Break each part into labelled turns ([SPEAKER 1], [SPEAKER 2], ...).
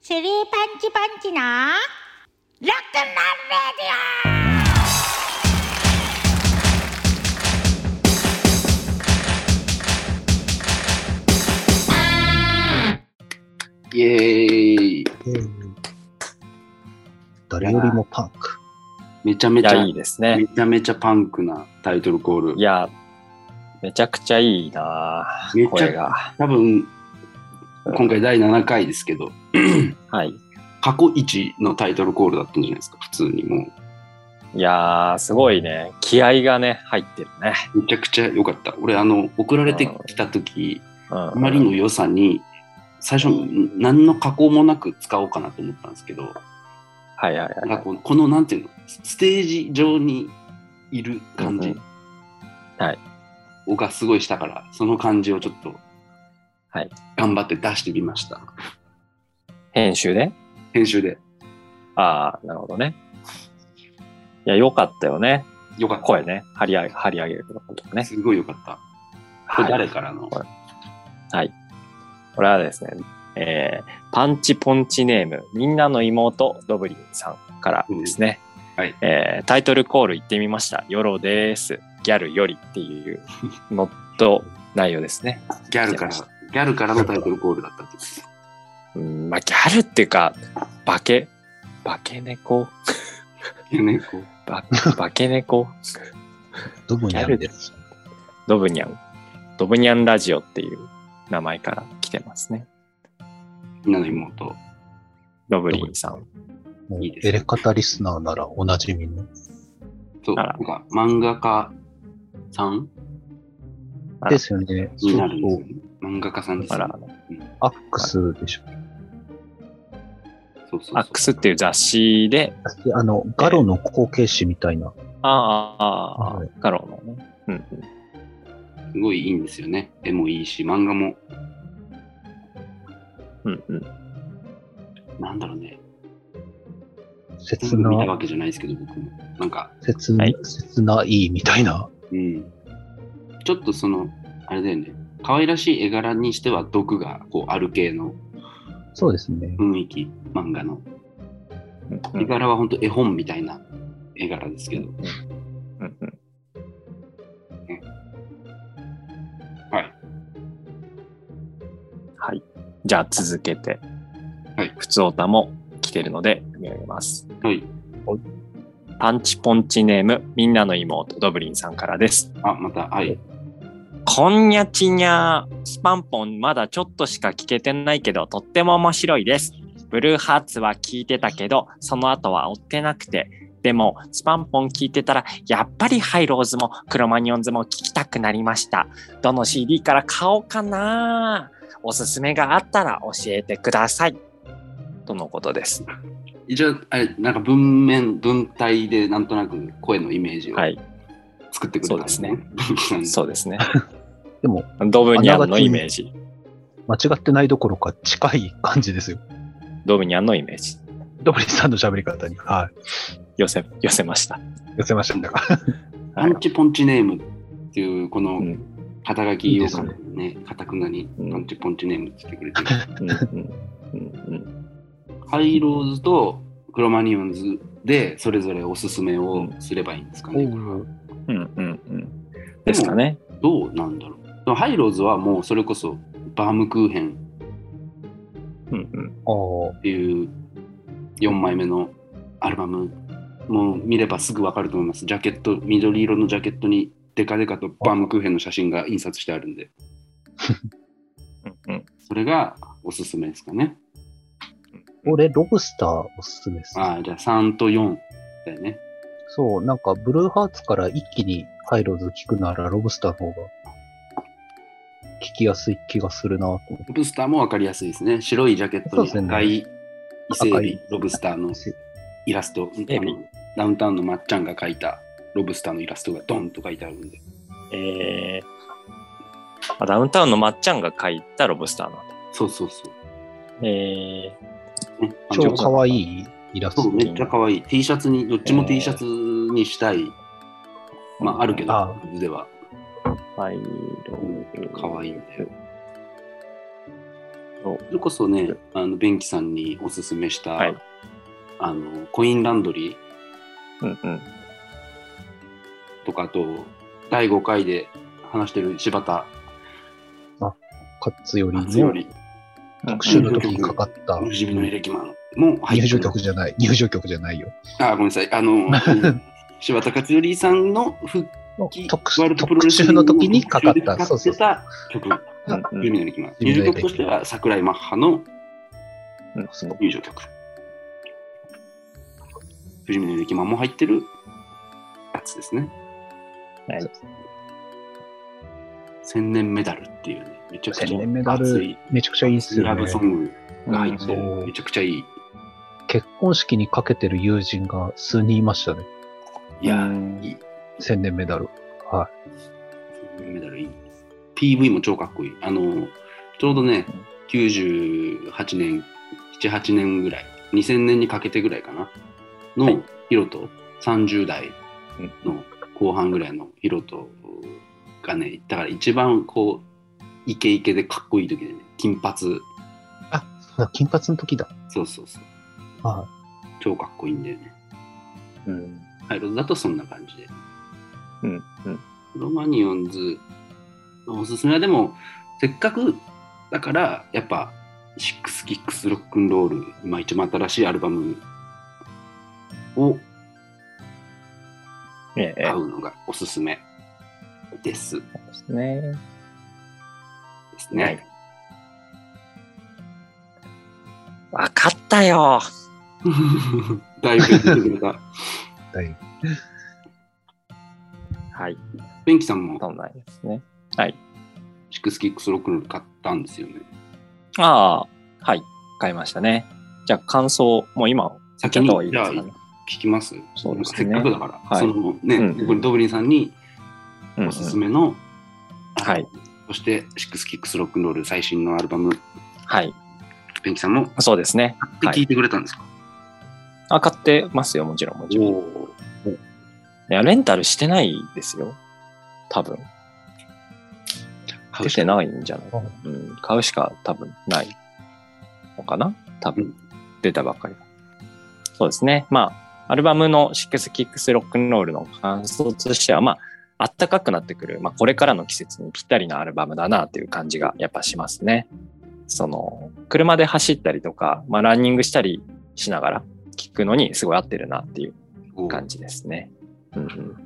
[SPEAKER 1] スリーパンチパンチのロックンロールレディ
[SPEAKER 2] イエーイ。
[SPEAKER 3] うん誰よりもパンク。
[SPEAKER 2] めちゃめ
[SPEAKER 4] い
[SPEAKER 2] ちゃ、
[SPEAKER 4] や、いいですね
[SPEAKER 2] め。ちゃめちゃパンクなタイトルコール
[SPEAKER 4] い。や、めちゃくちゃいいな
[SPEAKER 2] めちゃ
[SPEAKER 4] 声が。
[SPEAKER 2] 多分、今回第7回ですけど、
[SPEAKER 4] はい。
[SPEAKER 2] 過去一のタイトルコールだったんじゃないですか、普通にも
[SPEAKER 4] いやー、すごいね。気合がね、入ってるね。
[SPEAKER 2] う。めちゃくちゃ良かった。俺、あの、送られてきた時、
[SPEAKER 4] うん、
[SPEAKER 2] あまりの良さに、最初、何の加工もなく使おうかなと思ったんですけど、
[SPEAKER 4] はいはいはい。
[SPEAKER 2] なんかこの、このなんていうの、ステージ上にいる感
[SPEAKER 4] う
[SPEAKER 2] じ
[SPEAKER 4] んはい。
[SPEAKER 2] をがすごいしたから、その感じをちょっと、
[SPEAKER 4] はい。
[SPEAKER 2] 頑張って出してみました。
[SPEAKER 4] 編集で
[SPEAKER 2] 編集で。
[SPEAKER 4] ああ、なるほどね。いや、よかったよね。
[SPEAKER 2] よかった。
[SPEAKER 4] 声ね。張り上げ、張り上げることね。
[SPEAKER 2] すごいよかった。これ
[SPEAKER 4] はい
[SPEAKER 2] 誰からの、
[SPEAKER 4] これはですね、えーパンチポンチネーム、みんなの妹、ドブリンさんからですね、
[SPEAKER 2] うんはい
[SPEAKER 4] えータイトルコール行ってみました。よろです。ギャルよりっていうのと内容ですね。
[SPEAKER 2] ギャルから、
[SPEAKER 4] 来
[SPEAKER 2] ギ
[SPEAKER 4] てま
[SPEAKER 2] ャルからのタイトルコールだったんです。
[SPEAKER 4] うん、まあ、ギャルっていうか、化け、化け猫、
[SPEAKER 2] ね、こう
[SPEAKER 4] ば化け猫、
[SPEAKER 3] どこにあるんです
[SPEAKER 4] ドブニャン、ドブニャンラジオっていう名前から来てますね。
[SPEAKER 2] みんなの妹。
[SPEAKER 4] ドブリンさん。
[SPEAKER 3] もう
[SPEAKER 2] いいですね
[SPEAKER 3] エレカタリスナーならおなじみの。
[SPEAKER 2] そう、
[SPEAKER 4] あ
[SPEAKER 2] な
[SPEAKER 4] ら
[SPEAKER 2] んか漫画家さん
[SPEAKER 4] あら
[SPEAKER 3] ですよね。そ
[SPEAKER 2] に
[SPEAKER 3] う
[SPEAKER 2] なるんです
[SPEAKER 3] そ
[SPEAKER 2] よ
[SPEAKER 3] う。
[SPEAKER 2] ね。漫画家さんです
[SPEAKER 4] あ
[SPEAKER 2] よね
[SPEAKER 4] ら、
[SPEAKER 3] アックスでしょ。
[SPEAKER 2] そうそうそう
[SPEAKER 4] アックスっていう雑誌で、
[SPEAKER 3] あの、ガロの後継誌みたいな。
[SPEAKER 4] ああ、ああ
[SPEAKER 3] は
[SPEAKER 4] あ
[SPEAKER 3] い
[SPEAKER 4] あ、ガロのね。うんうん。
[SPEAKER 2] すごいいいんですよね。絵もいいし、漫画も、
[SPEAKER 4] うんうん。
[SPEAKER 2] なんだろうね。
[SPEAKER 3] 切
[SPEAKER 2] 全部見た
[SPEAKER 3] な、
[SPEAKER 2] わけじゃないですけど、僕も。なんか、
[SPEAKER 3] 切な
[SPEAKER 4] はい、
[SPEAKER 3] 切ないいみたいな。
[SPEAKER 2] うん。ちょっとその、あれだよね。可愛らしい絵柄にしては毒がこうある系の
[SPEAKER 3] そうですね。
[SPEAKER 2] 雰囲気、漫画の。
[SPEAKER 4] うんう
[SPEAKER 2] 絵
[SPEAKER 4] ん
[SPEAKER 2] 柄は本当絵本みたいな絵柄ですけど。
[SPEAKER 4] うんうん
[SPEAKER 2] はい。
[SPEAKER 4] はい。じゃあ続けて、
[SPEAKER 2] はい
[SPEAKER 4] 普通オタも来てるので読み上げます。
[SPEAKER 2] はい。
[SPEAKER 4] パンチポンチネーム、みんなの妹、ドブリンさんからです。
[SPEAKER 2] あ、また、はい。
[SPEAKER 4] こんにゃちにゃー、スパンポンまだちょっとしか聞けてないけど、とっても面白いです。ブルーハーツは聞いてたけど、その後は追ってなくて、でも、スパンポン聞いてたら、やっぱりハイローズもクロマニオンズも聞きたくなりました。どの CD から買おうかなおすすめがあったら教えてください。とのことです。
[SPEAKER 2] 一応、あれ、なんか文面、文体でなんとなく声のイメージを
[SPEAKER 4] はい、
[SPEAKER 2] 作ってくれたんですね。
[SPEAKER 4] そうですね。
[SPEAKER 3] でも、
[SPEAKER 4] ドブニャンのイメージ。
[SPEAKER 3] 間違ってないどころか近い感じですよ。
[SPEAKER 4] ドブニャンのイメージ。
[SPEAKER 3] ドブリンさんの喋り方に。はい。
[SPEAKER 4] 寄せ、寄せました。
[SPEAKER 3] 寄せましたが。
[SPEAKER 2] パンチポンチネームっていう、この
[SPEAKER 4] うん
[SPEAKER 2] 肩書き
[SPEAKER 3] い
[SPEAKER 2] を
[SPEAKER 3] いですね
[SPEAKER 2] ね、かたくなに
[SPEAKER 4] うん
[SPEAKER 2] パンチポンチネームって言ってくれてる。
[SPEAKER 4] うんうんうんうん
[SPEAKER 2] ハイローズとクロマニオンズで、それぞれおすすめをすればいいんですかね。
[SPEAKER 4] うんうんうん。ですかね。
[SPEAKER 2] どうなんだろう。でもハイローズはもうそれこそバームクーヘン
[SPEAKER 4] うんうん。
[SPEAKER 3] おー
[SPEAKER 2] っていう4枚目のアルバムもう見ればすぐわかると思いますジャケット緑色のジャケットにデカデカとバームクーヘンの写真が印刷してあるんで
[SPEAKER 4] うんうん。
[SPEAKER 2] それがおすすめですかね
[SPEAKER 3] 俺、ロブスターおすすめです。
[SPEAKER 2] ああじゃあ3と4だよね
[SPEAKER 3] そう、なんか、ブルーハーツから一気にハイローズ聞くなら、ロブスターの方が聞きやすい気がするなと思って。
[SPEAKER 2] ロブスターもわかりやすいですね白いジャケットに
[SPEAKER 3] そうですね
[SPEAKER 2] 赤い伊勢
[SPEAKER 3] 赤
[SPEAKER 2] 海
[SPEAKER 3] い
[SPEAKER 2] 老ロブスターのイラスト
[SPEAKER 4] エビ
[SPEAKER 2] あのダウンタウンのまっちゃんが描いたロブスターのイラストがドンと書いてあるんで
[SPEAKER 4] えーあ、ダウンタウンのまっちゃんが書いたロブスターなんだ。
[SPEAKER 2] そうそうそう
[SPEAKER 4] え
[SPEAKER 2] ねあの
[SPEAKER 3] 超かわいいイラス
[SPEAKER 2] そ
[SPEAKER 3] ト
[SPEAKER 2] う、めっちゃ可愛い。T シャツに、どっちも T シャツにしたい。まあ、あるけど、
[SPEAKER 3] あ
[SPEAKER 2] 図では。
[SPEAKER 4] 灰
[SPEAKER 2] うん
[SPEAKER 4] 色。
[SPEAKER 2] 可愛いんだよ。
[SPEAKER 4] そう
[SPEAKER 2] それこそね、あの、ベンキさんにおすすめした、
[SPEAKER 4] はい
[SPEAKER 2] あの、コインランドリー
[SPEAKER 4] うんうん。
[SPEAKER 2] とか、あと、第5回で話してる柴田
[SPEAKER 3] 勝頼の
[SPEAKER 2] 勝頼、
[SPEAKER 3] 特集の時にかかった
[SPEAKER 2] 無地味のエレキマンも入
[SPEAKER 3] 入
[SPEAKER 2] って
[SPEAKER 3] 場
[SPEAKER 2] る
[SPEAKER 3] 曲じゃない、入場曲じゃないよ。
[SPEAKER 2] あ、ごめんなさい。あの、 柴田勝頼さんの復帰、
[SPEAKER 3] 特
[SPEAKER 2] ワールドプロレ
[SPEAKER 3] 特
[SPEAKER 2] スリン
[SPEAKER 3] 集
[SPEAKER 2] グ
[SPEAKER 3] の時にかかっ
[SPEAKER 2] 特集で
[SPEAKER 3] た。そうそう
[SPEAKER 2] 使ってた曲。
[SPEAKER 4] うんうん
[SPEAKER 2] ユミの力マン。
[SPEAKER 3] ユ
[SPEAKER 2] 入
[SPEAKER 3] ミ
[SPEAKER 2] 場
[SPEAKER 3] の
[SPEAKER 2] 曲
[SPEAKER 3] 力
[SPEAKER 2] としては桜井マッハの
[SPEAKER 4] うんそう
[SPEAKER 2] 入場曲。ユミの力マンも入ってるやつですね。
[SPEAKER 4] はい
[SPEAKER 2] 千年メダルっていうね、めちゃくちゃ
[SPEAKER 3] 千年メダル
[SPEAKER 2] 熱い
[SPEAKER 3] めちゃくちゃいいっすよ
[SPEAKER 2] ラブ
[SPEAKER 3] ね
[SPEAKER 2] ソ。ングが入って
[SPEAKER 3] うんそ
[SPEAKER 2] る。
[SPEAKER 3] う
[SPEAKER 2] めちゃくちゃいい。
[SPEAKER 3] 結婚式にかけてる友人が数人いましたね。
[SPEAKER 2] いや
[SPEAKER 4] う
[SPEAKER 2] ー、
[SPEAKER 4] ん
[SPEAKER 2] いい。
[SPEAKER 3] 千年メダル。
[SPEAKER 2] 千年メダルいい。PV も超かっこいい。あの、ちょうどね、98年、7、8年ぐらい、2000年にかけてぐらいかな、のヒロと、30代の後半ぐらいのヒロとがね、だから一番こう、イケイケでかっこいい時でね、金髪、
[SPEAKER 3] あ、そうだ金髪の時だ。
[SPEAKER 2] そうそうそう、
[SPEAKER 3] は
[SPEAKER 2] 超かっこいいんだよね。
[SPEAKER 4] うん
[SPEAKER 2] ハイローズだとそんな感じで。
[SPEAKER 4] うんうん。
[SPEAKER 2] ロマニオンズのおすすめはでもせっかくだからやっぱシックスキックスロックンロール今一番新しいアルバムを
[SPEAKER 4] ええ
[SPEAKER 2] 買うのがおすすめですで
[SPEAKER 4] そうですね。
[SPEAKER 2] すね、
[SPEAKER 4] はいわかったよ。
[SPEAKER 2] だいぶ言ってくれ た
[SPEAKER 3] い。だい
[SPEAKER 4] はい。
[SPEAKER 2] ベンキさんも
[SPEAKER 4] そうなんですね。
[SPEAKER 2] シックスキックスロックンロール買ったんですよね
[SPEAKER 4] ああ、はい。買いましたね。じゃあ感想、もう今、
[SPEAKER 2] 先
[SPEAKER 4] 言っちゃった方がい
[SPEAKER 2] に
[SPEAKER 4] い
[SPEAKER 2] じ
[SPEAKER 4] で
[SPEAKER 2] ゃ
[SPEAKER 4] す
[SPEAKER 2] あ
[SPEAKER 4] かね。
[SPEAKER 2] 聞きます
[SPEAKER 4] そうです
[SPEAKER 2] せ
[SPEAKER 4] ね
[SPEAKER 2] っかくだから、
[SPEAKER 4] はい
[SPEAKER 2] そのね、
[SPEAKER 4] うん
[SPEAKER 2] ドブリンさんに
[SPEAKER 4] うんうん
[SPEAKER 2] おすすめの、
[SPEAKER 4] はい。
[SPEAKER 2] そして、シックスキックスロックンロール最新のアルバム、
[SPEAKER 4] はい。
[SPEAKER 2] ペンキさんも
[SPEAKER 4] そうですね。
[SPEAKER 2] で
[SPEAKER 4] はい
[SPEAKER 2] 聞いてくれたんですか、
[SPEAKER 4] あ、買ってますよ、もちろん、もちろん。い
[SPEAKER 2] お
[SPEAKER 4] や、レンタルしてないですよ。多分。
[SPEAKER 2] 買う
[SPEAKER 4] 出
[SPEAKER 2] して
[SPEAKER 4] ないんじゃない
[SPEAKER 3] あ
[SPEAKER 4] うん、買うしか多分ないのかな多
[SPEAKER 2] うん
[SPEAKER 4] 分。出たばっかりだ。そうですね。まあ、アルバムのシックスキックスロックンロールの感想としては、まあ、あったかくなってくる、まあ、これからの季節にぴったりなアルバムだなという感じがやっぱしますね。その、車で走ったりとか、まあ、ランニングしたりしながら聴くのにすごい合ってるなっていう感じですね。うんうん、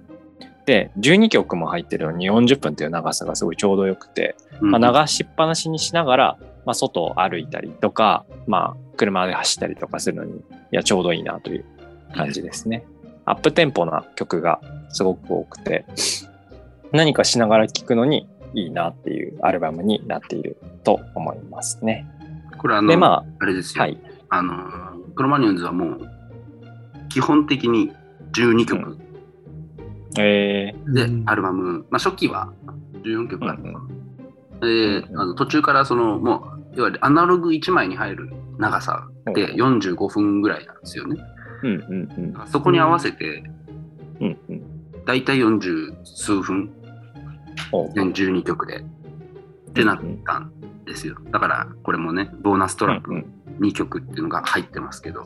[SPEAKER 4] で、12曲も入ってるのに40分という長さがすごいちょうどよくて、まあ、流しっぱなしにしながら、まあ、外を歩いたりとか、まあ、車で走ったりとかするのに、いや、ちょうどいいなという感じですね。アップテンポな曲がすごく多くて、何かしながら聴くのにいいなっていうアルバムになっていると思いますね。
[SPEAKER 2] これあの、
[SPEAKER 4] で、
[SPEAKER 2] あ、
[SPEAKER 4] ま
[SPEAKER 2] れです
[SPEAKER 4] あ、
[SPEAKER 2] よ、
[SPEAKER 4] はい。
[SPEAKER 2] あの、クロマニオンズはもう、基本的に12曲
[SPEAKER 4] え
[SPEAKER 2] で
[SPEAKER 3] うん
[SPEAKER 2] アルバム、まあ、初期は14曲だったのかな、で
[SPEAKER 4] うんうん
[SPEAKER 2] あの途中からその、もう、いわゆるアナログ1枚に入る長さ
[SPEAKER 4] ー、
[SPEAKER 2] で45分ぐらいなんですよね。
[SPEAKER 4] うんうん
[SPEAKER 2] そこに合わせて、
[SPEAKER 4] うん。うんうん。
[SPEAKER 2] だいたい40数分、
[SPEAKER 4] おう
[SPEAKER 2] 全12曲で、ってなったんですよ。だから、これもね、ボーナストラッ
[SPEAKER 4] う
[SPEAKER 2] ク
[SPEAKER 4] んうん
[SPEAKER 2] 2曲っていうのが入ってますけど、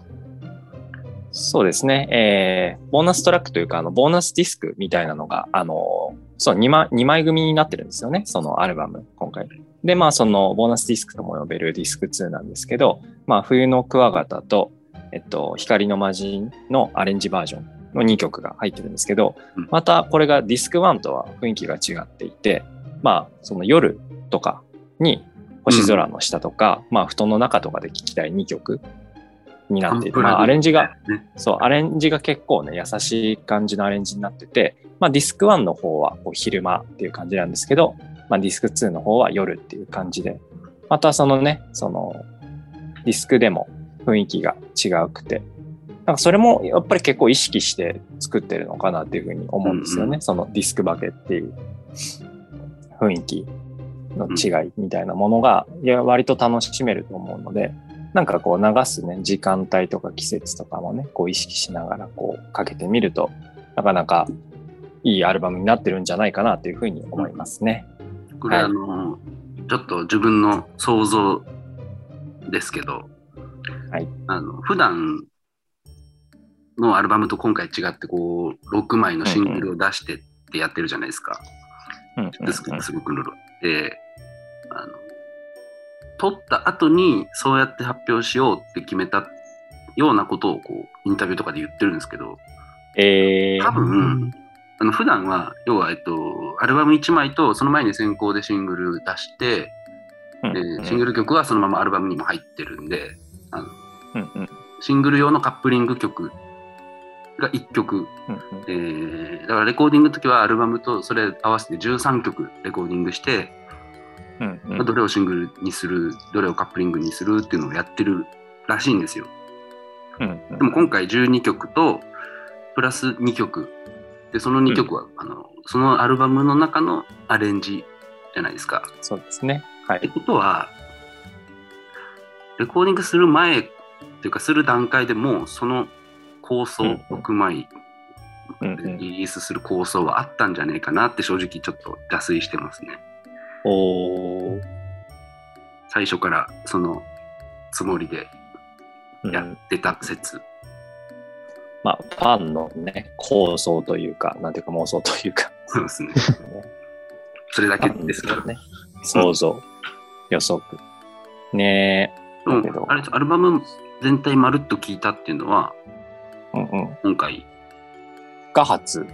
[SPEAKER 4] そうですね、えーボーナストラックというか、あのボーナスディスクみたいなのが、あのそう 2, 枚2枚組になってるんですよね、そのアルバム、今回。で、まあ、そのボーナスディスクとも呼べるディスク2なんですけど、まあ、冬のクワガタと、えっと、光の魔人のアレンジバージョンの2曲が入ってるんですけど
[SPEAKER 2] うん、
[SPEAKER 4] またこれがディスク1とは雰囲気が違っていて、まあ、その夜とかに星空の下とか、まあ、布団の中とかで聴きたい2曲になっていて、
[SPEAKER 2] アンプラグ
[SPEAKER 4] まあ、アレンジが、
[SPEAKER 2] ね
[SPEAKER 4] そう、アレンジが結構ね、優しい感じのアレンジになってて、まあ、ディスク1の方はこう昼間っていう感じなんですけど、まあ、ディスク2の方は夜っていう感じで、またそのね、その、ディスクでも雰囲気が違うくて、なんかそれもやっぱり結構意識して作ってるのかなっていうふうに思うんですよね。
[SPEAKER 2] うんう
[SPEAKER 4] そのディスクバケっていう雰囲気の違いみたいなものが、いや割と楽しめると思うので、なんかこう流すね、時間帯とか季節とかもね、こう意識しながらこうかけてみると、なかなかいいアルバムになってるんじゃないかなというふうに思いますね。
[SPEAKER 2] これ、
[SPEAKER 4] はい
[SPEAKER 2] あのちょっと自分の想像ですけど、
[SPEAKER 4] はい、
[SPEAKER 2] あの普段のアルバムと今回違ってこう6枚のシングルを出してってやってるじゃないですか。
[SPEAKER 4] うんうん
[SPEAKER 2] ですすごくルールであの撮った後にそうやって発表しようって決めたようなことをこうインタビューとかで言ってるんですけど
[SPEAKER 4] え
[SPEAKER 2] 多
[SPEAKER 4] ー、
[SPEAKER 2] 分あの普段は要は、えっと、アルバム1枚とその前に先行でシングル出して、
[SPEAKER 4] うん
[SPEAKER 2] で
[SPEAKER 4] うん
[SPEAKER 2] シングル曲はそのままアルバムにも入ってるんであの
[SPEAKER 4] うんうん
[SPEAKER 2] シングル用のカップリング曲が1曲、
[SPEAKER 4] うんうん
[SPEAKER 2] えーだからレコーディングの時はアルバムとそれ合わせて13曲レコーディングして
[SPEAKER 4] うんうん
[SPEAKER 2] まあどれをシングルにするどれをカップリングにするっていうのをやってるらしいんですよ
[SPEAKER 4] うんうん
[SPEAKER 2] でも今回12曲とプラス2曲でその2曲は、あのそのアルバムの中のアレンジじゃないですか
[SPEAKER 4] そうですね。は
[SPEAKER 2] って
[SPEAKER 4] い。
[SPEAKER 2] ことはレコーディングする前っていうかする段階でもうその構想
[SPEAKER 4] うん
[SPEAKER 2] 6枚
[SPEAKER 4] うんうん、
[SPEAKER 2] リリースする構想はあったんじゃないかなって正直ちょっと脱水してますね
[SPEAKER 4] おー
[SPEAKER 2] 最初からそのつもりで
[SPEAKER 4] うん
[SPEAKER 2] やってた説、
[SPEAKER 4] まあ、ファンのね、構想というか、なんていうか妄想というか、
[SPEAKER 2] そうですね。それだ
[SPEAKER 4] フ
[SPEAKER 2] け
[SPEAKER 4] ァン
[SPEAKER 2] ですから。
[SPEAKER 4] ね。想像、予測。ね
[SPEAKER 2] う
[SPEAKER 4] だけど
[SPEAKER 2] ん、あれアルバム全体まるっと聞いたっていうのは
[SPEAKER 4] え、うんうん。
[SPEAKER 2] 今回
[SPEAKER 4] が初。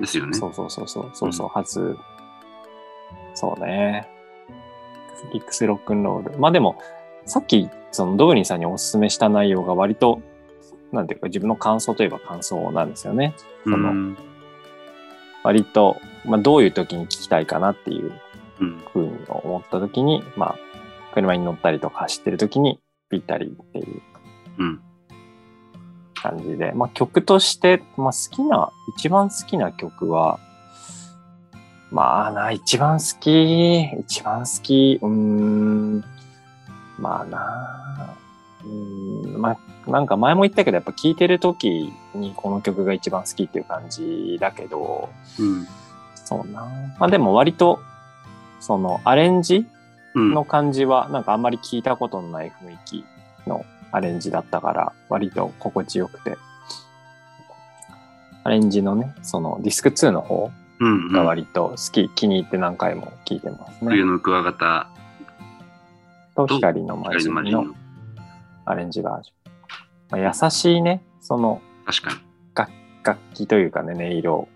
[SPEAKER 2] ですよね。
[SPEAKER 4] そうそうそうそう、そうそう、初。そうね。ギックスロックンロール。まあでも、さっき、そのドブリンさんにお勧めした内容が割と、なんていうか、自分の感想といえば感想なんですよね。
[SPEAKER 2] うん
[SPEAKER 4] その割と、まあ、どういう時に聞きたいかなっていう
[SPEAKER 2] うん
[SPEAKER 4] ふうに思った時に、まあ、車に乗ったりとか走ってる時にぴったりっていう
[SPEAKER 2] うん
[SPEAKER 4] 感じで、まあ、曲として、まあ、好きな、一番好きな曲は、まあな、一番好き、一番好き、うーん、まあな、うーん、まあ、なんか前も言ったけど、やっぱ聴いてる時にこの曲が一番好きっていう感じだけど、
[SPEAKER 2] うん
[SPEAKER 4] そうな。まあでも割と、そのアレンジ
[SPEAKER 2] うん
[SPEAKER 4] の感じは、なんかあんまり聞いたことのない雰囲気のアレンジだったから、割と心地よくて。アレンジのね、そのディスク2の方
[SPEAKER 2] うん
[SPEAKER 4] が割と好き、気に入って何回も聞いてます
[SPEAKER 2] 冬
[SPEAKER 4] ね。
[SPEAKER 2] のクワガタ、
[SPEAKER 4] と、光の
[SPEAKER 2] 光
[SPEAKER 4] 街
[SPEAKER 2] のマジ
[SPEAKER 4] の
[SPEAKER 2] ン、
[SPEAKER 4] アレンジバージョン。まあ、優しいね、その
[SPEAKER 2] 確かに。
[SPEAKER 4] 楽器というかね、音色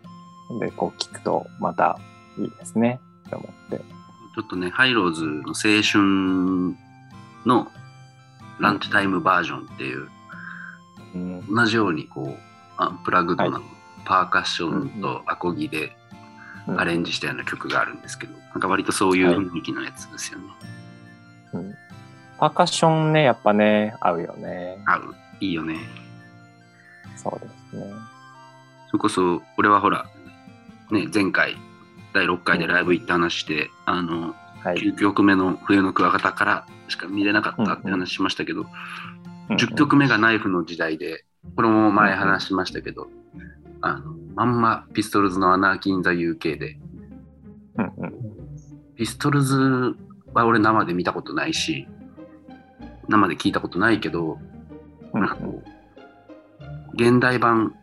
[SPEAKER 4] でこう聞くとまたいいですね、と思って。
[SPEAKER 2] ちょっとね、ハイローズの青春のランチタイムバージョンっていう、
[SPEAKER 4] うん
[SPEAKER 2] 同じようにこう、アンプラグドな
[SPEAKER 4] は
[SPEAKER 2] パーカッションとアコギでアレンジしたような曲があるんですけど、なんか割とそういう雰囲気のやつですよね。
[SPEAKER 4] うんパーカッションね、やっぱね、合うよね。
[SPEAKER 2] 合う。いいよね。
[SPEAKER 4] そうですね。
[SPEAKER 2] それこそ俺はほら、ね、前回第6回でライブ行った話して、あの
[SPEAKER 4] はい。
[SPEAKER 2] 9曲目の「冬のクワガタ」からしか見れなかったって話しましたけど、10
[SPEAKER 4] うんうん
[SPEAKER 2] 曲目がナイフの時代でこれも前話しましたけど、あのまんまピストルズの「アナーキー・イン・ザ・ UK」で
[SPEAKER 4] うんうん
[SPEAKER 2] ピストルズは俺生で見たことないし生で聞いたことないけど
[SPEAKER 4] う
[SPEAKER 2] なんか
[SPEAKER 4] ん
[SPEAKER 2] こう現代版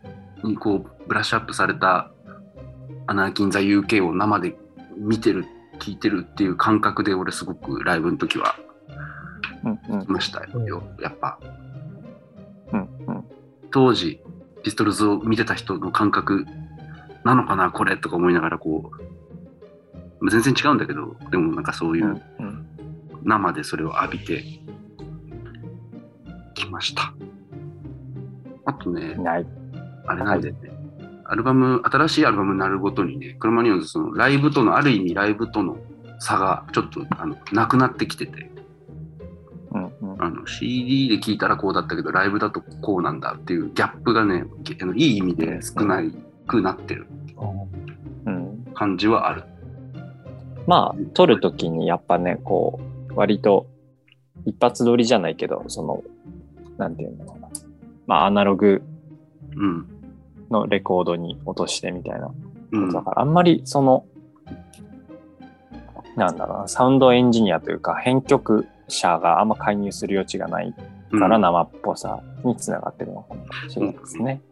[SPEAKER 2] にこうブラッシュアップされた「アナーキン・ザ・ UK」を生で見てる聞いてるっていう感覚で俺すごくライブの時は
[SPEAKER 4] うんうん
[SPEAKER 2] いましたよやっぱ
[SPEAKER 4] うんうん
[SPEAKER 2] 当時ピストルズを見てた人の感覚なのかなこれとか思いながらこうまあ全然違うんだけどでもなんかそうい
[SPEAKER 4] うん
[SPEAKER 2] う
[SPEAKER 4] うん
[SPEAKER 2] 生でそれを浴びてきましたあとね、
[SPEAKER 4] うんない。
[SPEAKER 2] あれなんでね、アルバム、新しいアルバムになるごとにね、クロマニオンズ、そのライブとの、ある意味ライブとの差がちょっとあのなくなってきてて、
[SPEAKER 4] うんうん
[SPEAKER 2] あの CD で聴いたらこうだったけど、ライブだとこうなんだっていうギャップがね、けあのいい意味で少なくなってる
[SPEAKER 4] うん
[SPEAKER 2] 感じはある。
[SPEAKER 4] まあ、撮るときにやっぱね、こう、割と一発撮りじゃないけど、その、なんていうのかな。まあ、アナログ
[SPEAKER 2] うん。
[SPEAKER 4] のレコードに落としてみたいなこ
[SPEAKER 2] う
[SPEAKER 4] と
[SPEAKER 2] ん
[SPEAKER 4] だ。から、あんまりその、なんだろうな、サウンドエンジニアというか、編曲者があんま介入する余地がないから
[SPEAKER 2] うん
[SPEAKER 4] 生っぽさにつながってるのかもしれないですね。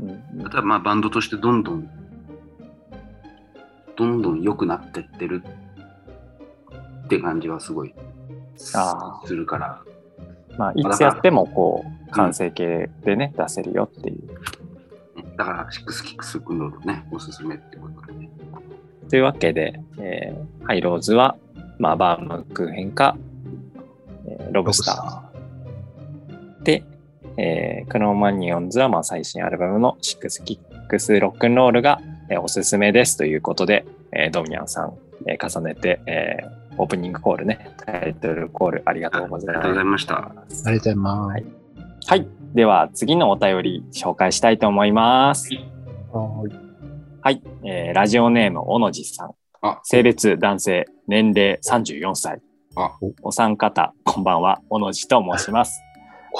[SPEAKER 4] うん
[SPEAKER 2] あとはまあバンドとしてどんどん、どんどん良くなってってるって感じはすごいす
[SPEAKER 4] あー
[SPEAKER 2] るから、
[SPEAKER 4] まあ、いつやってもこう完成形でね、出せるよっていう。
[SPEAKER 2] ねだからシックスキックス君のね、おすすめってことだね。
[SPEAKER 4] というわけで、えーハイローズは、まあ、バームクーヘンか、えーロブスターで、えークローマニオンズはまあ最新アルバムの「シックスキックスロックンロールが」えーおすすめですということで、えードミニャンさん、えー重ねて、えーオープニングコールねタイトルコールありがとうござい
[SPEAKER 2] ありがとうござい
[SPEAKER 4] ま
[SPEAKER 2] ま
[SPEAKER 4] し
[SPEAKER 2] した
[SPEAKER 4] た
[SPEAKER 3] ありがとうございます。
[SPEAKER 4] はいでは次のお便り紹介したいと思います
[SPEAKER 3] はい。
[SPEAKER 4] はい、えーラジオネームおのじさん
[SPEAKER 2] あ、
[SPEAKER 4] 性別男性年齢34歳
[SPEAKER 2] あ
[SPEAKER 4] お三方こんばんはおのじと申します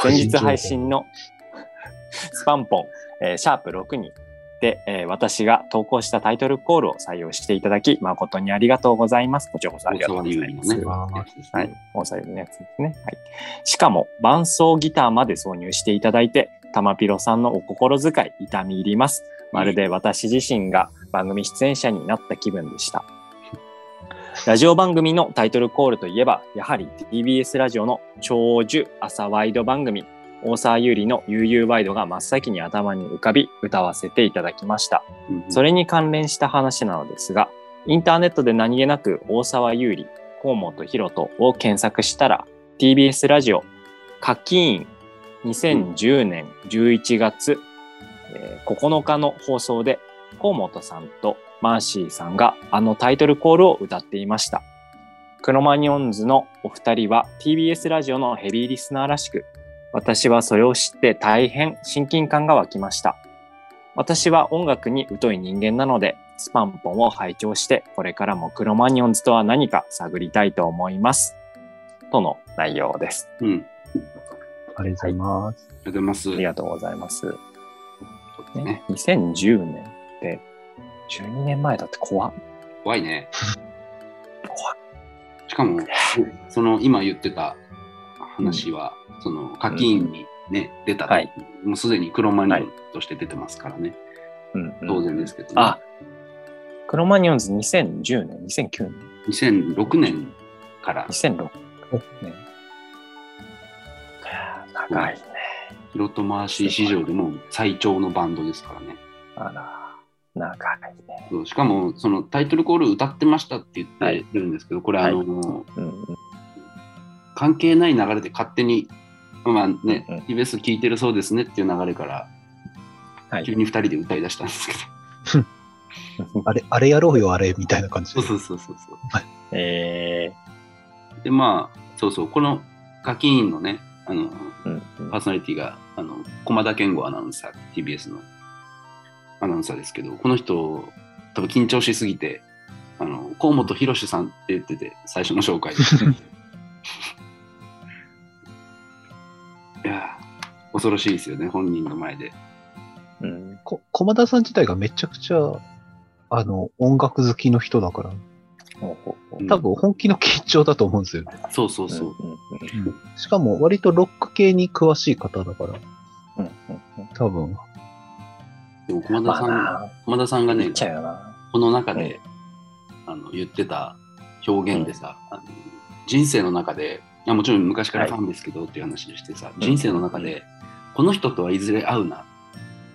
[SPEAKER 4] 前日配信のスパンポン、えーシャープ6にで、えー私が投稿したタイトルコールを採用していただき、誠にありがとうございます。こちらこそあ
[SPEAKER 2] 大
[SPEAKER 4] りがとう
[SPEAKER 2] 沢
[SPEAKER 4] ござ
[SPEAKER 2] 優
[SPEAKER 4] い
[SPEAKER 2] 里
[SPEAKER 4] ま
[SPEAKER 2] の
[SPEAKER 4] す。
[SPEAKER 2] ね
[SPEAKER 3] は、い
[SPEAKER 2] やつです
[SPEAKER 4] はい
[SPEAKER 2] ね。、
[SPEAKER 4] 大沢優里のやつですね。はい。しかも、伴奏ギターまで挿入していただいて、玉ピロさんのお心遣い、痛み入ります。まるで私自身が番組出演者になった気分でした。ラジオ番組のタイトルコールといえば、やはり TBS ラジオの長寿朝ワイド番組、大沢優里の悠々ワイドが真っ先に頭に浮かび、歌わせていただきました。
[SPEAKER 2] うん
[SPEAKER 4] それに関連した話なのですが、インターネットで何気なく大沢優里、河本博人を検索したら、TBS ラジオ、課金2010年11月、えー9日の放送で、河本さんとマーシーさんがあのタイトルコールを歌っていました。クロマニオンズのお二人は TBS ラジオのヘビーリスナーらしく、私はそれを知って大変親近感が湧きました。私は音楽に疎い人間なので、スパンポンを拝聴して、これからもクロマニオンズとは何か探りたいと思います。との内容です。
[SPEAKER 2] うん。
[SPEAKER 3] ありがとうございます。
[SPEAKER 2] ありがとうございます。
[SPEAKER 4] ありがとうございます。ね
[SPEAKER 2] ね、
[SPEAKER 4] 2010年って、12年前だって怖っ
[SPEAKER 2] 怖いね。しかも、その今言ってた話は、その課金にね、出た、
[SPEAKER 4] はい
[SPEAKER 2] もうすでに黒マニアとして出てますからね、
[SPEAKER 4] うんうん
[SPEAKER 2] 当然ですけど、ね
[SPEAKER 4] あ、クロマニオンズ2010年、2009年、
[SPEAKER 2] 2006年から
[SPEAKER 4] 2006年。長いね。
[SPEAKER 2] ロトマーシー史上でも最長のバンドですからね。
[SPEAKER 4] あら、長いね。
[SPEAKER 2] そうしかも、そのタイトルコール歌ってましたって言ってるんですけど、これ、あの、
[SPEAKER 4] うんうん
[SPEAKER 2] 関係ない流れで勝手に、まあね
[SPEAKER 4] うんうん、
[SPEAKER 2] TBS 聴いてるそうですねっていう流れから、
[SPEAKER 4] はい
[SPEAKER 2] 急に2人で歌い出したんですけど。
[SPEAKER 3] あれ、あれやろうよ、あれ、みたいな感じ。
[SPEAKER 2] そうそうそうそうそう。
[SPEAKER 4] え
[SPEAKER 2] でまあそうそうこの課金のねあの
[SPEAKER 4] ーうんうん
[SPEAKER 2] パーソナリティがあの駒田健吾アナウンサー TBS のアナウンサーですけどこの人多分緊張しすぎてあの河本宏さんって言ってて最初の紹介いやー恐ろしいですよね本人の前で
[SPEAKER 4] うん
[SPEAKER 3] こ駒田さん自体がめちゃくちゃ、あの、音楽好きの人だから、
[SPEAKER 4] ほうほうほ
[SPEAKER 2] う
[SPEAKER 4] う
[SPEAKER 2] ん
[SPEAKER 3] 多分本気の緊張だと思うんですよね。
[SPEAKER 2] そうそうそう、
[SPEAKER 4] うんうん
[SPEAKER 3] しかも、割とロック系に詳しい方だから、
[SPEAKER 4] うんうんうん
[SPEAKER 3] 多分、
[SPEAKER 2] でも駒田
[SPEAKER 4] まあ
[SPEAKER 2] さん、
[SPEAKER 4] な、
[SPEAKER 2] 駒田さんが
[SPEAKER 4] 言
[SPEAKER 2] ね
[SPEAKER 4] っちゃうよな。
[SPEAKER 2] この中で、あの言ってた表現でさ、あの人生の中であもちろん昔からファンですけどっていう話でしてさ、人生の中で、この人とはいずれ会うな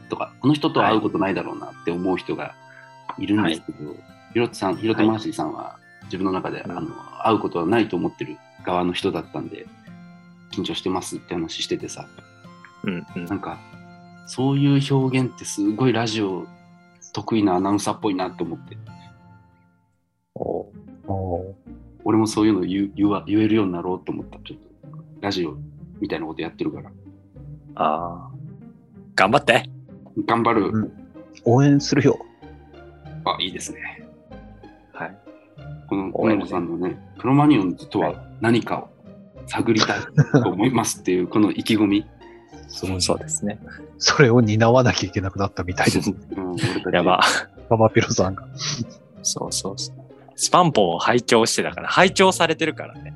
[SPEAKER 2] とかこの人とは会うことないだろうなって思う人がいるんですけど、ひろとさんひろとまーしーさんは自分の中で、
[SPEAKER 4] うん
[SPEAKER 2] あの会うことはないと思ってる側の人だったんで緊張してますって話しててさ
[SPEAKER 4] うんうん
[SPEAKER 2] なんかそういう表現ってすごいラジオ得意なアナウンサーっぽいなと思って。
[SPEAKER 4] お
[SPEAKER 3] お
[SPEAKER 2] 俺もそういうの言う言わ言えるようになろうと思った。ちょっとラジオみたいなことやってるから。
[SPEAKER 4] あー頑張って
[SPEAKER 2] 頑張る。
[SPEAKER 3] うん応援するよ。
[SPEAKER 2] あ、いいですね。
[SPEAKER 4] はい。
[SPEAKER 2] この
[SPEAKER 4] 応
[SPEAKER 2] 小
[SPEAKER 4] 援
[SPEAKER 2] 野さんのね、クロマニオンズとは何かを探りたいと思いますっていう、この意気込み。
[SPEAKER 3] すごい。
[SPEAKER 4] そうですね。
[SPEAKER 3] それを担わなきゃいけなくなったみたいです。
[SPEAKER 2] うん、俺たち
[SPEAKER 4] やば。
[SPEAKER 3] ママピロさんが。
[SPEAKER 4] そうそうそう。スパンポンを拝聴してたから、拝聴されてるからね。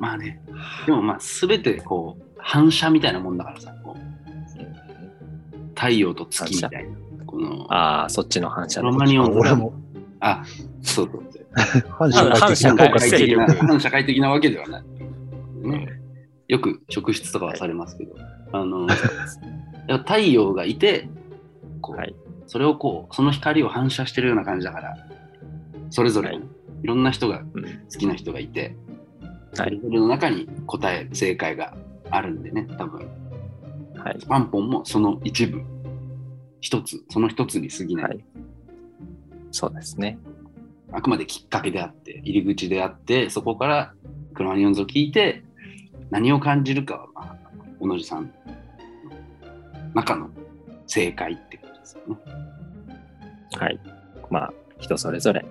[SPEAKER 2] まあね。でもまあ、すべてこう、反射みたいなもんだからさ、こう太陽と月みたいな。この、
[SPEAKER 4] ああ、そっちの反射
[SPEAKER 2] ロマニ
[SPEAKER 3] あ
[SPEAKER 2] オン
[SPEAKER 3] 俺。も
[SPEAKER 2] あ、そうそうそう。
[SPEAKER 3] 反社会的
[SPEAKER 2] 社
[SPEAKER 3] な
[SPEAKER 2] 会
[SPEAKER 3] 効果
[SPEAKER 4] 反社
[SPEAKER 2] 的
[SPEAKER 4] 会
[SPEAKER 2] な
[SPEAKER 4] 的
[SPEAKER 2] 反社会的なわけではない。ね、よく職質とかはされますけど、あのやっぱ太陽がいてこう、
[SPEAKER 4] はい
[SPEAKER 2] それをこうその光を反射してるような感じだからそれぞれ、
[SPEAKER 4] はい
[SPEAKER 2] い、ろんな人が
[SPEAKER 4] うん
[SPEAKER 2] 好きな人がいて、
[SPEAKER 4] はい
[SPEAKER 2] それぞれの中に答え正解があるんでね多分
[SPEAKER 4] はい。
[SPEAKER 2] パンポンもその一部一つその一つに過ぎない、
[SPEAKER 4] はいそうですね。
[SPEAKER 2] あくまできっかけであって、入り口であって、そこからクロマニオンズを聞いて、何を感じるかは、まあ、小野寺さんの中の正解ってことですよね。
[SPEAKER 4] はい。まあ、人それぞれ、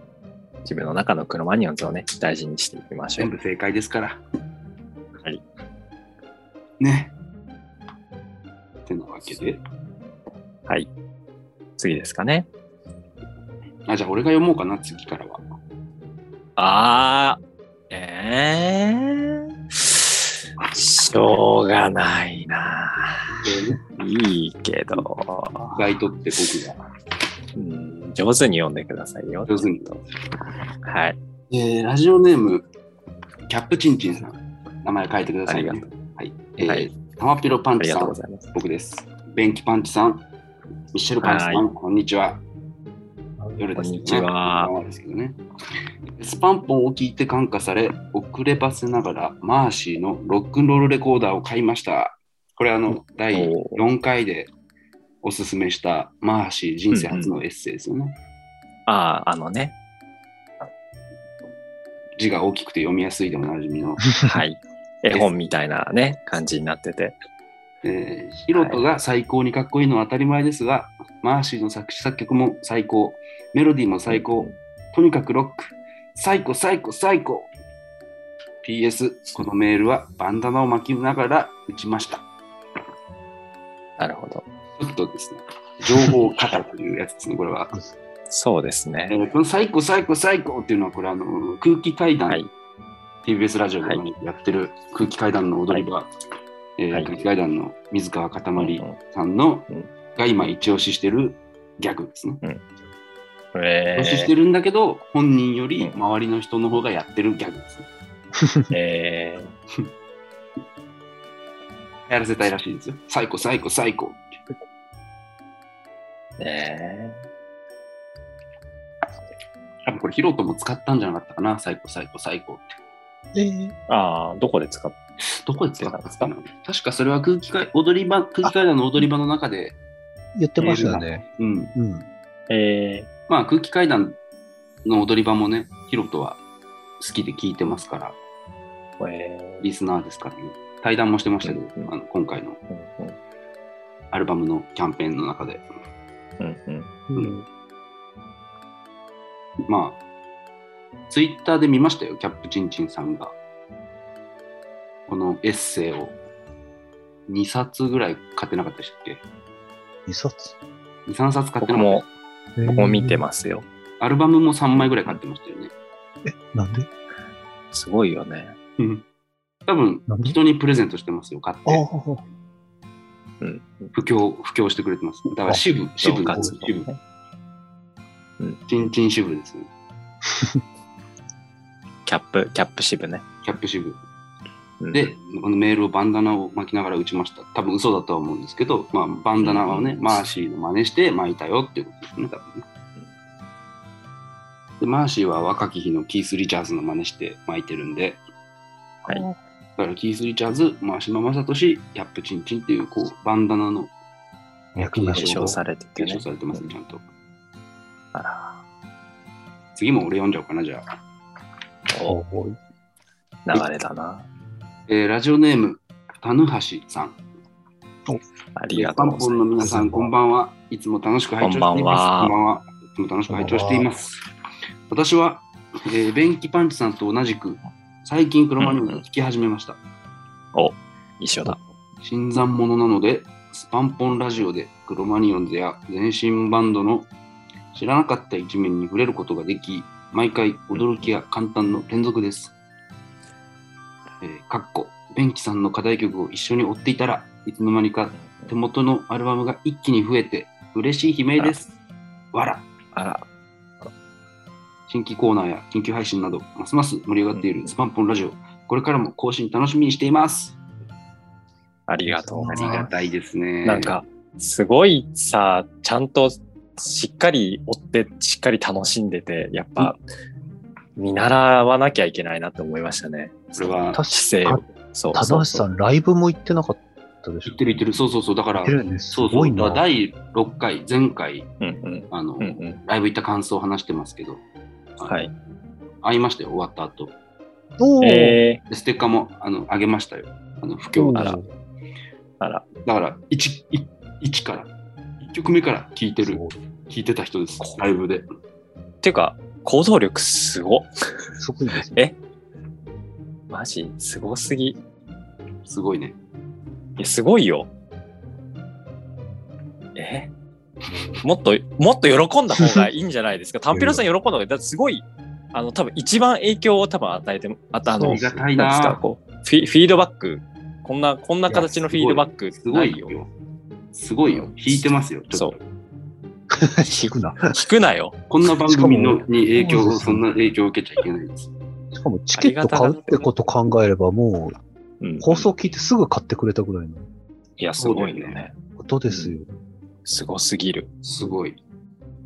[SPEAKER 4] 自分の中のクロマニオンズをね、大事にしていきましょ
[SPEAKER 2] 全
[SPEAKER 4] う。
[SPEAKER 2] 部正解ですから。
[SPEAKER 4] はい。
[SPEAKER 2] ね。ってなわけで。
[SPEAKER 4] はい。次ですかね。
[SPEAKER 2] あ、じゃあ俺が読もうかな、次からは。
[SPEAKER 4] ああ、ええー。しょうがないな。いいけど、
[SPEAKER 2] 意外とって僕が。
[SPEAKER 4] うん、上手に読んでくださいよ。
[SPEAKER 2] 上手に。
[SPEAKER 4] はい。
[SPEAKER 2] えーラジオネーム、キャップチンチンさん。名前書いてください、ね。
[SPEAKER 4] あり
[SPEAKER 2] はい。えー
[SPEAKER 4] はい
[SPEAKER 2] 玉ピロパン
[SPEAKER 4] あ
[SPEAKER 2] チ
[SPEAKER 4] りが
[SPEAKER 2] さ
[SPEAKER 4] とうんご。ざいます。
[SPEAKER 2] 僕です。ベンキパンチさん、ミシェルパンチさ
[SPEAKER 4] は
[SPEAKER 2] ん、こんにちは。夜
[SPEAKER 4] こ
[SPEAKER 2] で
[SPEAKER 4] ん
[SPEAKER 2] すけどね。
[SPEAKER 4] にちは。
[SPEAKER 2] 夜ですけどね。スパンポンを聞いて感化され、遅ればせながらマーシーのロックンロールレコーダーを買いました。これあの、第4回でおすすめしたマーシー人生初のエッセイですよね。
[SPEAKER 4] ああ、あの ね。
[SPEAKER 2] 字が大きくて読みやすいでおなじ みの。
[SPEAKER 4] はい。絵本みたいなね、感じになってて。
[SPEAKER 2] えーヒロトが最高にかっこいいのは当たり前ですが、マーシーの作詞作曲も最高、メロディーも最高、とにかくロック、最高最高最高 !PS、このメールはバンダナを巻きながら打ちました。
[SPEAKER 4] なるほど。
[SPEAKER 2] ちょっとですね、情報過多というやつですね、これは。
[SPEAKER 4] そうです
[SPEAKER 2] え
[SPEAKER 4] ね。
[SPEAKER 2] ーこの最高最高最高っていうのは、これあの空気階段、
[SPEAKER 4] はい。
[SPEAKER 2] TBS ラジオでやってる空気階段の踊り場、えー
[SPEAKER 4] はい
[SPEAKER 2] 空気階段の水川かたまり
[SPEAKER 4] うん
[SPEAKER 2] さんの、
[SPEAKER 4] うん
[SPEAKER 2] が今一押ししてるギャグですね。
[SPEAKER 4] え
[SPEAKER 2] 一押ししてるんだけど、本人より周りの人の方がやってるギャグですね。
[SPEAKER 4] ー、えー、
[SPEAKER 2] 流行らせたいらしいですよ。最高最高最高。
[SPEAKER 4] え
[SPEAKER 2] 多分これヒロトも使ったんじゃなかったかな、最高最高最高って。
[SPEAKER 3] えー
[SPEAKER 4] ー、ああ、どこで使っ
[SPEAKER 2] どこで使ったんですかね確かそれは空気階踊り場空気階段の踊り場の中で、
[SPEAKER 3] 言ってましたね。
[SPEAKER 2] うん、
[SPEAKER 3] うん。
[SPEAKER 4] え
[SPEAKER 2] まあ空気階段の踊り場もね、ヒロトは好きで聞いてますから、
[SPEAKER 4] ー、え
[SPEAKER 2] リスナーですからね。対談もしてましたけど、
[SPEAKER 4] うんうん
[SPEAKER 2] あの今回の
[SPEAKER 4] ー、うん
[SPEAKER 2] アルバムのキャンペーンの中で。
[SPEAKER 4] うんうん
[SPEAKER 2] うんまあ、ツイッターで見ましたよ、キャップチンチンさんが。このエッセイを2冊ぐらい買ってなかったでしたっけ
[SPEAKER 3] 二冊。
[SPEAKER 2] ?2、3冊買ってなか
[SPEAKER 4] 僕
[SPEAKER 2] っ
[SPEAKER 4] も、
[SPEAKER 3] え
[SPEAKER 4] 僕も見て
[SPEAKER 3] ま
[SPEAKER 4] ますよ。
[SPEAKER 2] た。アルバムも3枚ぐらい買ってましたよね。
[SPEAKER 3] す。なんです
[SPEAKER 4] ごいよね。
[SPEAKER 2] うん多分
[SPEAKER 3] なんで
[SPEAKER 2] 人にプレゼントしてますよ、買っ
[SPEAKER 3] あ
[SPEAKER 2] て。
[SPEAKER 3] あ、
[SPEAKER 4] うん。
[SPEAKER 2] 布教、布教してくれてます。だから支部、支部
[SPEAKER 4] 部活
[SPEAKER 2] 支
[SPEAKER 4] 動
[SPEAKER 2] 部、
[SPEAKER 4] ね
[SPEAKER 2] チンチン支部ですよ。
[SPEAKER 4] キャップ、キャップ支部ね。
[SPEAKER 2] キャップ支部。
[SPEAKER 4] うん
[SPEAKER 2] で、このメールをバンダナを巻きながら打ちました。多分嘘だとは思うんですけど、まあ、バンダナをね、
[SPEAKER 4] うん
[SPEAKER 2] マーシーの真似して巻いたよっていうことですね、多分ね。で、マーシーは若き日のキース・リチャーズの真似して巻いてるんで、
[SPEAKER 4] はい
[SPEAKER 2] だからキース・リチャーズ、マーシーマ正俊、キャップ・チンチンっていう、こう、バンダナの
[SPEAKER 3] 役
[SPEAKER 2] が
[SPEAKER 3] が
[SPEAKER 4] 継承されてて
[SPEAKER 2] 継
[SPEAKER 4] ね
[SPEAKER 2] 承。されてますね、ちゃんと。
[SPEAKER 4] あら
[SPEAKER 2] 次も俺読んじゃおうかな、じゃあ。
[SPEAKER 4] お流れだな。
[SPEAKER 2] えーラジオネーム、タヌハシさん。
[SPEAKER 4] ありがと
[SPEAKER 2] パ
[SPEAKER 4] う
[SPEAKER 2] ン
[SPEAKER 4] ござ
[SPEAKER 2] ポ
[SPEAKER 4] い
[SPEAKER 2] ンの
[SPEAKER 4] ます。
[SPEAKER 2] 皆さん、こんばんは。いつも楽しく拝聴しています。
[SPEAKER 4] こ
[SPEAKER 2] こ
[SPEAKER 4] んばんは
[SPEAKER 2] んばんはいつも楽しく拝聴しています。私は、えー、ベンキパンチさんと同じく、最近黒マニアが聴き始めました。
[SPEAKER 4] 一緒だ。
[SPEAKER 2] 新参者なので、スパンポンラジオでクロマニヨンズや全身バンドの知らなかった一面に触れることができ、毎回驚きや簡単の連続です。えー、かっこ、ベンキさんの課題曲を一緒に追っていたらいつの間にか手元のアルバムが一気に増えて嬉しい悲鳴です。わら。
[SPEAKER 4] あら、
[SPEAKER 2] 新規コーナーや緊急配信など、ますます盛り上がっているスパンポンラジオ、これからも更新楽しみにしています。
[SPEAKER 4] ありがとうご
[SPEAKER 2] あ
[SPEAKER 4] ざ
[SPEAKER 2] り
[SPEAKER 4] い
[SPEAKER 2] が
[SPEAKER 4] ま
[SPEAKER 2] たいです
[SPEAKER 4] す。
[SPEAKER 2] ね。
[SPEAKER 4] なんか、すごいさ、ちゃんとしっかり追って、しっかり楽しんでて、やっぱ、見習わなきゃいけないなって思いましたね。
[SPEAKER 2] これは
[SPEAKER 3] 確
[SPEAKER 4] 姿勢を
[SPEAKER 3] か、。
[SPEAKER 4] そう
[SPEAKER 3] 田
[SPEAKER 4] そう
[SPEAKER 3] 橋
[SPEAKER 4] そ
[SPEAKER 3] さ
[SPEAKER 4] う。
[SPEAKER 3] ん、ライブも行ってなかったでし
[SPEAKER 2] 言
[SPEAKER 3] ょ
[SPEAKER 2] ってる言ってる、そうそうそう、だから
[SPEAKER 3] 行って、るんです。す
[SPEAKER 2] そうそ
[SPEAKER 3] ご
[SPEAKER 2] う
[SPEAKER 3] いな。
[SPEAKER 2] 第6回、前回、
[SPEAKER 4] うん
[SPEAKER 2] あの、
[SPEAKER 4] うん。うんうん。
[SPEAKER 2] ライブ行った感想を話してますけど、あの
[SPEAKER 4] はい。
[SPEAKER 2] 会いましたよ、終わった後。
[SPEAKER 3] おー
[SPEAKER 4] え
[SPEAKER 2] でステッカーもあのあげましたよ、あの不
[SPEAKER 3] お
[SPEAKER 2] 況
[SPEAKER 3] ー
[SPEAKER 2] だから。
[SPEAKER 4] ー、あら、
[SPEAKER 2] だから1、一から、1曲目から聴いて
[SPEAKER 3] す
[SPEAKER 2] る
[SPEAKER 3] ご、
[SPEAKER 2] 聴いてた人です、ライブで。
[SPEAKER 4] ていうか、行動力すごっ。
[SPEAKER 3] いすごいですね。
[SPEAKER 4] えマジすごすぎ。い
[SPEAKER 2] すごいね。
[SPEAKER 4] や、すごいよ。えもっと、もっと喜んだ方がいいんじゃな いですか。タンピロさん喜んだ方がいい。だってすごい、あの、多分一番影響を多分与えても、あとあ
[SPEAKER 2] あ
[SPEAKER 4] の
[SPEAKER 2] り、がたい
[SPEAKER 4] なんですか、
[SPEAKER 2] な。
[SPEAKER 4] こう、フィフィードバック。こんな、こんな形のフィードバック
[SPEAKER 2] すご
[SPEAKER 4] ないいよ。
[SPEAKER 2] よ。すごいよ。弾いてますよ。ち
[SPEAKER 4] そ
[SPEAKER 2] ょ
[SPEAKER 4] う
[SPEAKER 2] っと。
[SPEAKER 3] 聞くな。
[SPEAKER 4] 聞くなよ。
[SPEAKER 2] こんな番組の
[SPEAKER 3] しか
[SPEAKER 2] に影響
[SPEAKER 3] そう
[SPEAKER 2] を、
[SPEAKER 3] です
[SPEAKER 2] そんな影響を受けちゃいけないです。
[SPEAKER 3] しかもチケット買うってこと考えれば、もう
[SPEAKER 4] うん。
[SPEAKER 3] 放送聞いてすぐ買ってくれたぐらいの
[SPEAKER 4] いや、すごいよ
[SPEAKER 2] そうだよ
[SPEAKER 4] ね。
[SPEAKER 3] ことですよ。
[SPEAKER 4] すごすぎる。
[SPEAKER 2] すごい。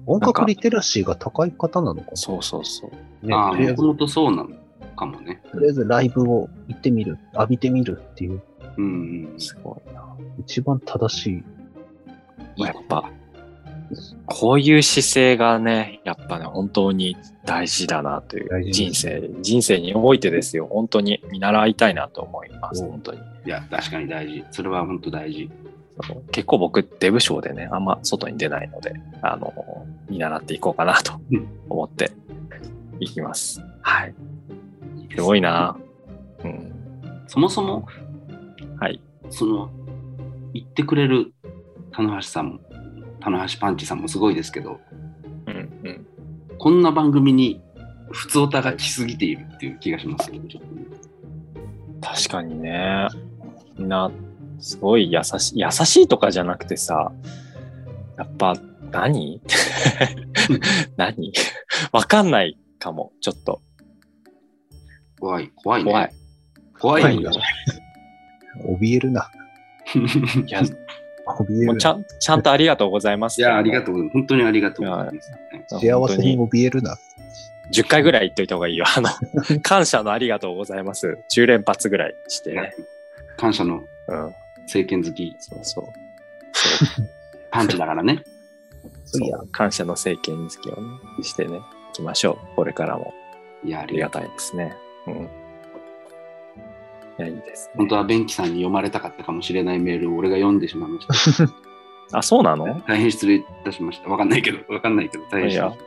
[SPEAKER 3] 音楽リテラシーが高い方なのか
[SPEAKER 4] そうそうそう。
[SPEAKER 3] な
[SPEAKER 2] ああ、
[SPEAKER 3] ね。とりあえ
[SPEAKER 2] も
[SPEAKER 3] ず
[SPEAKER 2] ともとそうなのかもね。
[SPEAKER 3] とりあえずライブを行ってみる、浴びてみるっていう、
[SPEAKER 2] うんうん。
[SPEAKER 4] すごいな。
[SPEAKER 3] 一番正しい。
[SPEAKER 4] やっぱ、こういう姿勢がね、やっぱね、本当に大事だなとい
[SPEAKER 3] 大事
[SPEAKER 4] う、人生、人生においてですよ、本当に見習いたいなと思います、
[SPEAKER 3] うん
[SPEAKER 4] 本当に。
[SPEAKER 2] いや、確かに大事。それは本当大事。
[SPEAKER 4] そう結構僕、デブ賞でね、あんま外に出ないので、あの、見習っていこうかなと
[SPEAKER 2] うん
[SPEAKER 4] 思っていきます。はい。すごいな。うん。
[SPEAKER 2] そもそも、
[SPEAKER 4] はい。
[SPEAKER 2] その、言ってくれる棚橋さんも、棚橋パンチさんもすごいですけど、
[SPEAKER 4] うんうん。
[SPEAKER 2] こんな番組に、普通オタが来すぎているっていう気がしますけど、ちょっとね
[SPEAKER 4] 確かにね。みんな、すごい優しい、優しいとかじゃなくてさ、やっぱ何、 何わかんないかも、ちょっと。
[SPEAKER 2] 怖い、怖いね。
[SPEAKER 4] 怖い。。
[SPEAKER 2] 怖い よ。
[SPEAKER 3] 怯えるな。
[SPEAKER 4] いや、
[SPEAKER 3] 怯え
[SPEAKER 4] も
[SPEAKER 3] る
[SPEAKER 4] うちゃ
[SPEAKER 3] な。
[SPEAKER 4] ん、ちゃんとありがとうございます。
[SPEAKER 2] いや、ありが
[SPEAKER 4] う。
[SPEAKER 2] とうございます。本当にありがとうございます。
[SPEAKER 3] 幸せに
[SPEAKER 4] 本
[SPEAKER 3] 怯えるな。
[SPEAKER 4] 当に10回ぐらい言っといた方がいいよ。あの、感謝のありがとうございます。10連発ぐらいしてね。
[SPEAKER 2] 感謝の
[SPEAKER 4] うん。
[SPEAKER 2] 政権好き、
[SPEAKER 4] そうそう。
[SPEAKER 2] パンチだからね。
[SPEAKER 3] そういや
[SPEAKER 4] そう感謝の政権ですけどね。してね。いきましょう。これからも。
[SPEAKER 2] いや、あ
[SPEAKER 4] あり
[SPEAKER 2] り
[SPEAKER 4] が
[SPEAKER 2] がと
[SPEAKER 4] たいですね。うん。いや、いいです
[SPEAKER 2] う。
[SPEAKER 4] ね
[SPEAKER 2] 本。当はベンキさんに読まれたかったかもしれないメールを俺が読んでしまいました。
[SPEAKER 4] あ、そうなのい
[SPEAKER 2] 大変失礼いたしました。わかんないけど、わかんないけど、大変失礼しまし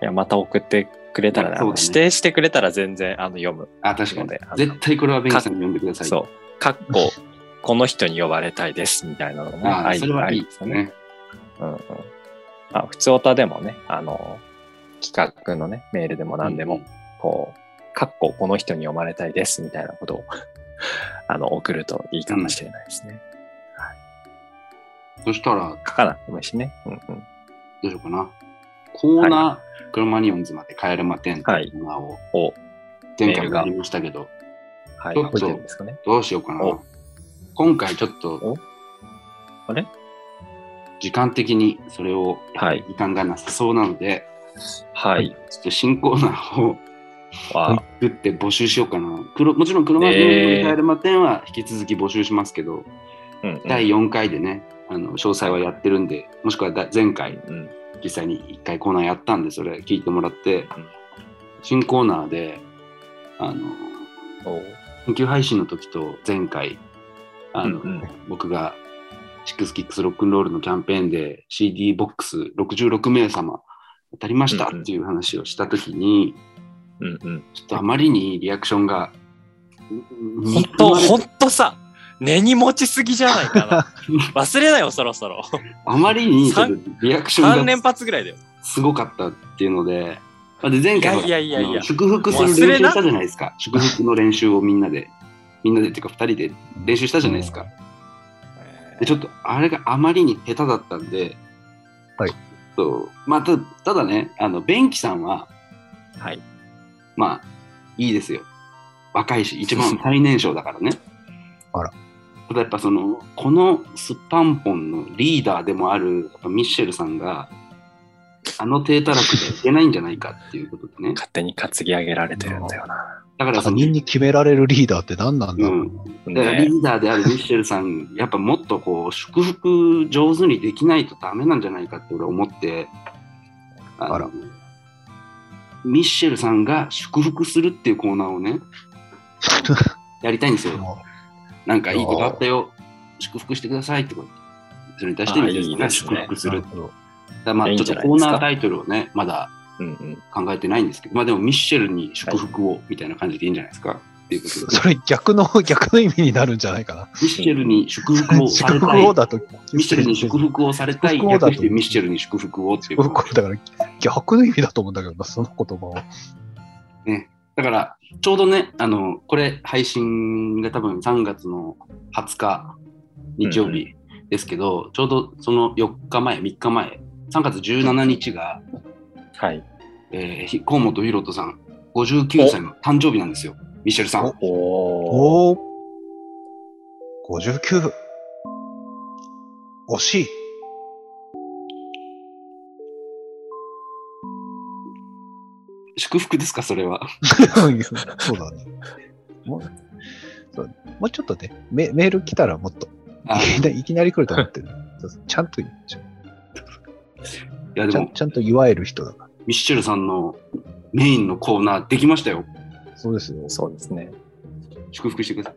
[SPEAKER 2] た。
[SPEAKER 4] や、また送ってくれたら、ね、
[SPEAKER 2] そうだね
[SPEAKER 4] 指定してくれたら全然あの読む。
[SPEAKER 2] あ、確かに
[SPEAKER 4] のであの。
[SPEAKER 2] 絶対これはベンキさんに読んでください。
[SPEAKER 4] そう。かっこ、この人に呼ばれたいです、みたいなのもね。
[SPEAKER 2] あ
[SPEAKER 4] あ
[SPEAKER 2] あ、
[SPEAKER 4] り
[SPEAKER 2] それはい
[SPEAKER 4] あ
[SPEAKER 2] い
[SPEAKER 4] り
[SPEAKER 2] ですね。
[SPEAKER 4] うんうん。あ、普通オタでもね、あの、企画のね、メールでも何でも、こう、かっこ、この人に呼ばれたいです、みたいなことを、 あの、送るといいかもしれないですね。
[SPEAKER 2] そしたら、
[SPEAKER 4] 書かなくてもいいしね。うんうん。
[SPEAKER 2] どうしようかな。コーナー、クロマニオンズまで帰れませんって
[SPEAKER 4] はい
[SPEAKER 2] いうコーナーを
[SPEAKER 4] お、
[SPEAKER 2] 前回もやりましたけど、
[SPEAKER 4] はい、
[SPEAKER 2] ちょっと
[SPEAKER 4] 覚えてるんですかね。
[SPEAKER 2] どうしようかな
[SPEAKER 4] お。
[SPEAKER 2] 今回ちょっと
[SPEAKER 4] あれ
[SPEAKER 2] 時間的にそれを
[SPEAKER 4] はい。
[SPEAKER 2] 時間がなさそうなので、
[SPEAKER 4] はい。
[SPEAKER 2] ちょっと新コーナーを
[SPEAKER 4] は
[SPEAKER 2] 作って募集しようかな。黒もちろん黒マニオンズに帰れませんは引き続き募集しますけど、
[SPEAKER 4] うんうん
[SPEAKER 2] 第4回でね、あの詳細はやってるんで、もしくはだ前回
[SPEAKER 4] うん
[SPEAKER 2] 実際に1回コーナーやったんで、それ聞いてもらって、新コーナーで、あの、
[SPEAKER 4] お
[SPEAKER 2] 緊急配信の時と前回、あの、
[SPEAKER 4] うんうん
[SPEAKER 2] 僕が、シックスキックスロックンロールのキャンペーンで CD ボックス66名様当たりましたっていう話をした時に、
[SPEAKER 4] うんうん。
[SPEAKER 2] ちょっとあまりにリアクションが、
[SPEAKER 4] ほんと、ほんとさ、根に持ちすぎじゃない かな。忘れなよ、そろそろ。
[SPEAKER 2] あまりにちょっとリアクショ
[SPEAKER 4] 3
[SPEAKER 2] ン
[SPEAKER 4] 連
[SPEAKER 2] が
[SPEAKER 4] 発ぐらいだよ。
[SPEAKER 2] すごかったっていうので、あで前回
[SPEAKER 4] いやいやいやいや
[SPEAKER 2] あの祝福する練習したじゃないですか。祝福の練習をみんなで、みんなでっていうか2人で練習したじゃないですか。でちょっとあれがあまりに下手だったんで、
[SPEAKER 3] はい
[SPEAKER 2] ちょっとまあ、たただね、あのベンキさんは、
[SPEAKER 4] はい。
[SPEAKER 2] まあ、いいですよ。若いし、一番最年少だからね。
[SPEAKER 3] あら。
[SPEAKER 2] ただやっぱその、このスパンポンのリーダーでもあるやっぱミッシェルさんが、あの低たらくじゃいけないんじゃないかっていうことでね。
[SPEAKER 4] 勝手に担ぎ上げられてるんだよな。
[SPEAKER 2] だから
[SPEAKER 3] 他
[SPEAKER 2] その、
[SPEAKER 3] 人に決められるリーダーって何なんだ
[SPEAKER 2] う
[SPEAKER 3] ろう。
[SPEAKER 2] ん。だから
[SPEAKER 4] ね
[SPEAKER 2] リーダーであるミッシェルさん、やっぱもっとこう、祝福上手にできないとダメなんじゃないかって俺思って、あの
[SPEAKER 3] あら
[SPEAKER 2] ミッシェルさんが祝福するっていうコーナーをね、やりたいんですよ。
[SPEAKER 3] も
[SPEAKER 2] なんかいいことあったよ、祝福してくださいってこと。それに対してみたい
[SPEAKER 4] あいいです
[SPEAKER 2] 祝
[SPEAKER 4] ね
[SPEAKER 2] 福
[SPEAKER 3] う
[SPEAKER 2] す
[SPEAKER 3] な
[SPEAKER 2] る。
[SPEAKER 3] るほど
[SPEAKER 2] だからまあ
[SPEAKER 4] いいん
[SPEAKER 2] ちょっ
[SPEAKER 4] じゃ
[SPEAKER 2] と
[SPEAKER 4] ない
[SPEAKER 2] コ
[SPEAKER 4] で
[SPEAKER 2] ー
[SPEAKER 4] すか
[SPEAKER 2] ナータイトルをね、まだ
[SPEAKER 4] うんうん。
[SPEAKER 2] 考えてないんですけど、まあでもミッシェルに祝福をみたいな感じでいいんじゃないですか。っていうことで
[SPEAKER 3] それ逆の、 逆の意味になるんじゃないか
[SPEAKER 2] ミッシェルに祝福
[SPEAKER 3] な。
[SPEAKER 2] をさ
[SPEAKER 3] 祝
[SPEAKER 2] れ
[SPEAKER 3] 福
[SPEAKER 2] たい
[SPEAKER 3] 王。だと。
[SPEAKER 2] ミッシェルに祝福をされたい。
[SPEAKER 3] 祝福をだと
[SPEAKER 2] 略してミッシェルに祝福をっていう
[SPEAKER 3] 祝。福王だから逆の意味だと思うんだけどな、その言葉を。
[SPEAKER 2] だから、ちょうどね、あの、これ配信が多分3月の20日、日曜日ですけど、ちょうどその4日前、3日前、3月17日が、
[SPEAKER 4] はい。
[SPEAKER 2] えーひ、河本ロ人さん、59歳の誕生日なんですよ、ミシェルさん。
[SPEAKER 4] お
[SPEAKER 3] お
[SPEAKER 4] お。
[SPEAKER 3] お。59。惜 しい。
[SPEAKER 2] 祝福ですか、それは。
[SPEAKER 3] そうだね。もうそうもうちょっとねメ、メール来たらもっと。
[SPEAKER 2] あ
[SPEAKER 3] いきなりいきなり来ると思ってる。そうそうちゃんと、ち
[SPEAKER 2] いや、
[SPEAKER 3] ゃ
[SPEAKER 2] で
[SPEAKER 3] ん
[SPEAKER 2] も、
[SPEAKER 3] ちゃんと祝える人だか
[SPEAKER 2] ミシェルさんのメインのコーナーできましたよ。
[SPEAKER 3] ら。そうですよ。
[SPEAKER 4] そうですね。
[SPEAKER 2] 祝福してくださ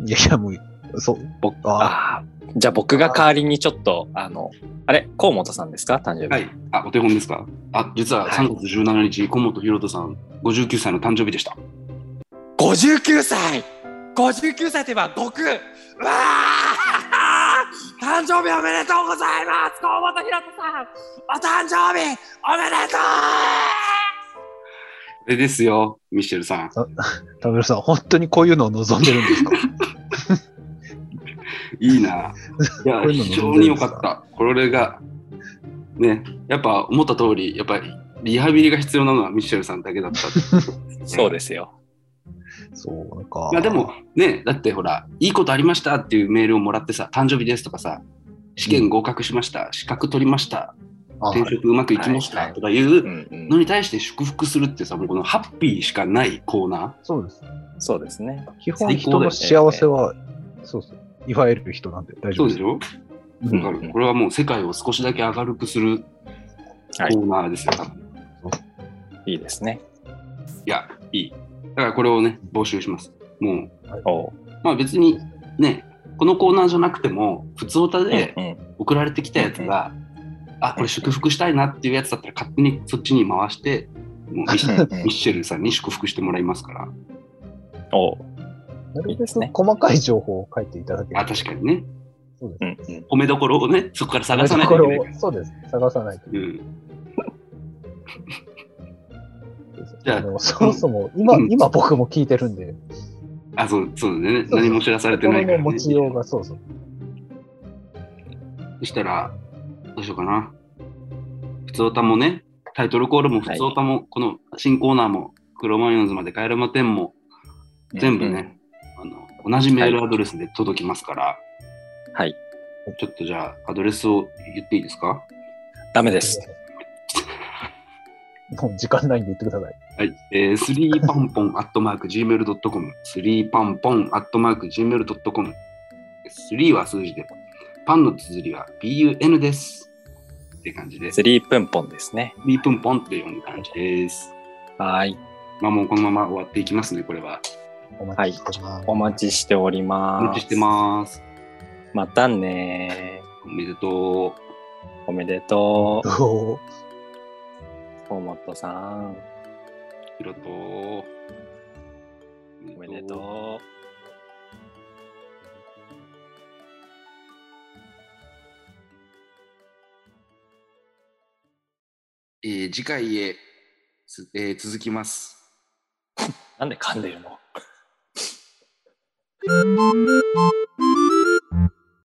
[SPEAKER 2] い。
[SPEAKER 3] いやいや、もう、そう、
[SPEAKER 4] 僕
[SPEAKER 3] あ
[SPEAKER 4] あーじゃあ僕が代わりにちょっと、あの、あれ、河本さんですか誕生日。
[SPEAKER 2] はい。あ、お手本ですかあ、実は3月17日、河本ロ人さん、59歳の誕生日でした。
[SPEAKER 4] 59歳 !59 歳といえば僕うわあ誕生日おめでとうございます河本ひろとさんお誕生日おめでと
[SPEAKER 2] これですよ、ミシェルさん。
[SPEAKER 3] 田村さん、本当にこういうのを望んでるんです か
[SPEAKER 2] いい な。いや
[SPEAKER 3] こ、ういうの
[SPEAKER 2] 非常に良かった。これが、ね、やっぱ思った通り、やっぱりリハビリが必要なのはミシェルさんだけだったってことですね
[SPEAKER 4] うそうですよ。
[SPEAKER 3] そう、なんか。
[SPEAKER 2] まあでもね、だってほら、いいことありましたっていうメールをもらってさ、誕生日ですとかさ、試験合格しました、資格取りました、
[SPEAKER 3] あ、
[SPEAKER 2] 転職うまくいきまし
[SPEAKER 4] は
[SPEAKER 2] た
[SPEAKER 4] いはい
[SPEAKER 2] とかいううん
[SPEAKER 4] う
[SPEAKER 2] の
[SPEAKER 4] ん、
[SPEAKER 2] に対して祝福するってさ、もうこのハッピーしかないコーナ
[SPEAKER 3] そうです。
[SPEAKER 4] そうですね。
[SPEAKER 3] 基本、
[SPEAKER 2] 最高
[SPEAKER 3] 人
[SPEAKER 2] だよ
[SPEAKER 3] の
[SPEAKER 2] ね
[SPEAKER 3] 幸せは、そうそう、祝える人なんで大
[SPEAKER 2] ー。
[SPEAKER 3] 丈
[SPEAKER 2] そ
[SPEAKER 3] 夫
[SPEAKER 2] うでしょ、
[SPEAKER 3] う
[SPEAKER 2] うんん、これはもう世界を少しだけ明るくするコ
[SPEAKER 4] はい
[SPEAKER 2] ーナーですよ、多分
[SPEAKER 4] いいですね。
[SPEAKER 2] いや、いい。だからこれをね、募集します。も
[SPEAKER 4] おう
[SPEAKER 2] う、まあ別にね、このコーナーじゃなくても、普通歌
[SPEAKER 4] うんう
[SPEAKER 2] で
[SPEAKER 4] ん
[SPEAKER 2] 送られてきたやつが、あ、これ祝福したいなっていうやつだったら勝手にそっちに回して、もうミッシ
[SPEAKER 4] うんうん
[SPEAKER 2] ミッシェルさんに祝福してもらいますから。
[SPEAKER 4] おう
[SPEAKER 3] なる
[SPEAKER 4] いいです
[SPEAKER 3] べ
[SPEAKER 4] ね
[SPEAKER 3] く細かい情報を書いていただけ
[SPEAKER 2] あ、
[SPEAKER 3] ると
[SPEAKER 2] 確かにね。
[SPEAKER 3] そう
[SPEAKER 4] う
[SPEAKER 3] です。
[SPEAKER 4] んうん
[SPEAKER 2] 褒めどころをね、そこから探さない
[SPEAKER 3] と
[SPEAKER 2] とい
[SPEAKER 3] こ
[SPEAKER 2] けない
[SPEAKER 3] ろ
[SPEAKER 2] か
[SPEAKER 3] を、そうです。探さないと。
[SPEAKER 2] ら。うん、じ
[SPEAKER 3] で
[SPEAKER 2] ゃあ
[SPEAKER 3] もそもそも、今、
[SPEAKER 2] うん
[SPEAKER 3] 今僕も聞いてるんで、
[SPEAKER 2] あ、そう、そうだね。
[SPEAKER 3] そう
[SPEAKER 2] 何も知らされて
[SPEAKER 3] 心
[SPEAKER 2] ないから、
[SPEAKER 3] の
[SPEAKER 2] ね。
[SPEAKER 3] 持ちようが、そうそう。
[SPEAKER 2] そしたら、どうしようかな。普通歌もね、タイトルコールも普通歌も、この新コーナーも、クロマニオンズまで帰るま10も、全部ね、あの、同じメールアドレスで届きますから、
[SPEAKER 4] はい。
[SPEAKER 2] ちょっとじゃあ、アドレスを言っていいですか
[SPEAKER 4] ダメです。
[SPEAKER 3] もう時間ないんで言ってください。
[SPEAKER 2] はい。えー、スリーパンポンアットマーク Gmail.com、スリーパンポンアットマーク Gmail.com、スリーは数字で、パンの綴りは PUN です。って感じで、ス
[SPEAKER 4] スリープンポンですね。
[SPEAKER 2] リープンポンって呼んで感じです。
[SPEAKER 4] はーい。
[SPEAKER 2] まあもうこのまま終わっていきますね、これは。
[SPEAKER 3] お待ちしてます。
[SPEAKER 4] お待ちしており
[SPEAKER 2] お
[SPEAKER 4] ます。
[SPEAKER 2] 待ちしてます。
[SPEAKER 4] またね
[SPEAKER 2] おめでとう。
[SPEAKER 4] ー。おめでとう。
[SPEAKER 3] おー
[SPEAKER 4] 河本さん。
[SPEAKER 2] ひろとう。
[SPEAKER 4] おめでとう。
[SPEAKER 2] えー次回へ、つえー続きます。
[SPEAKER 4] なんで噛んでるの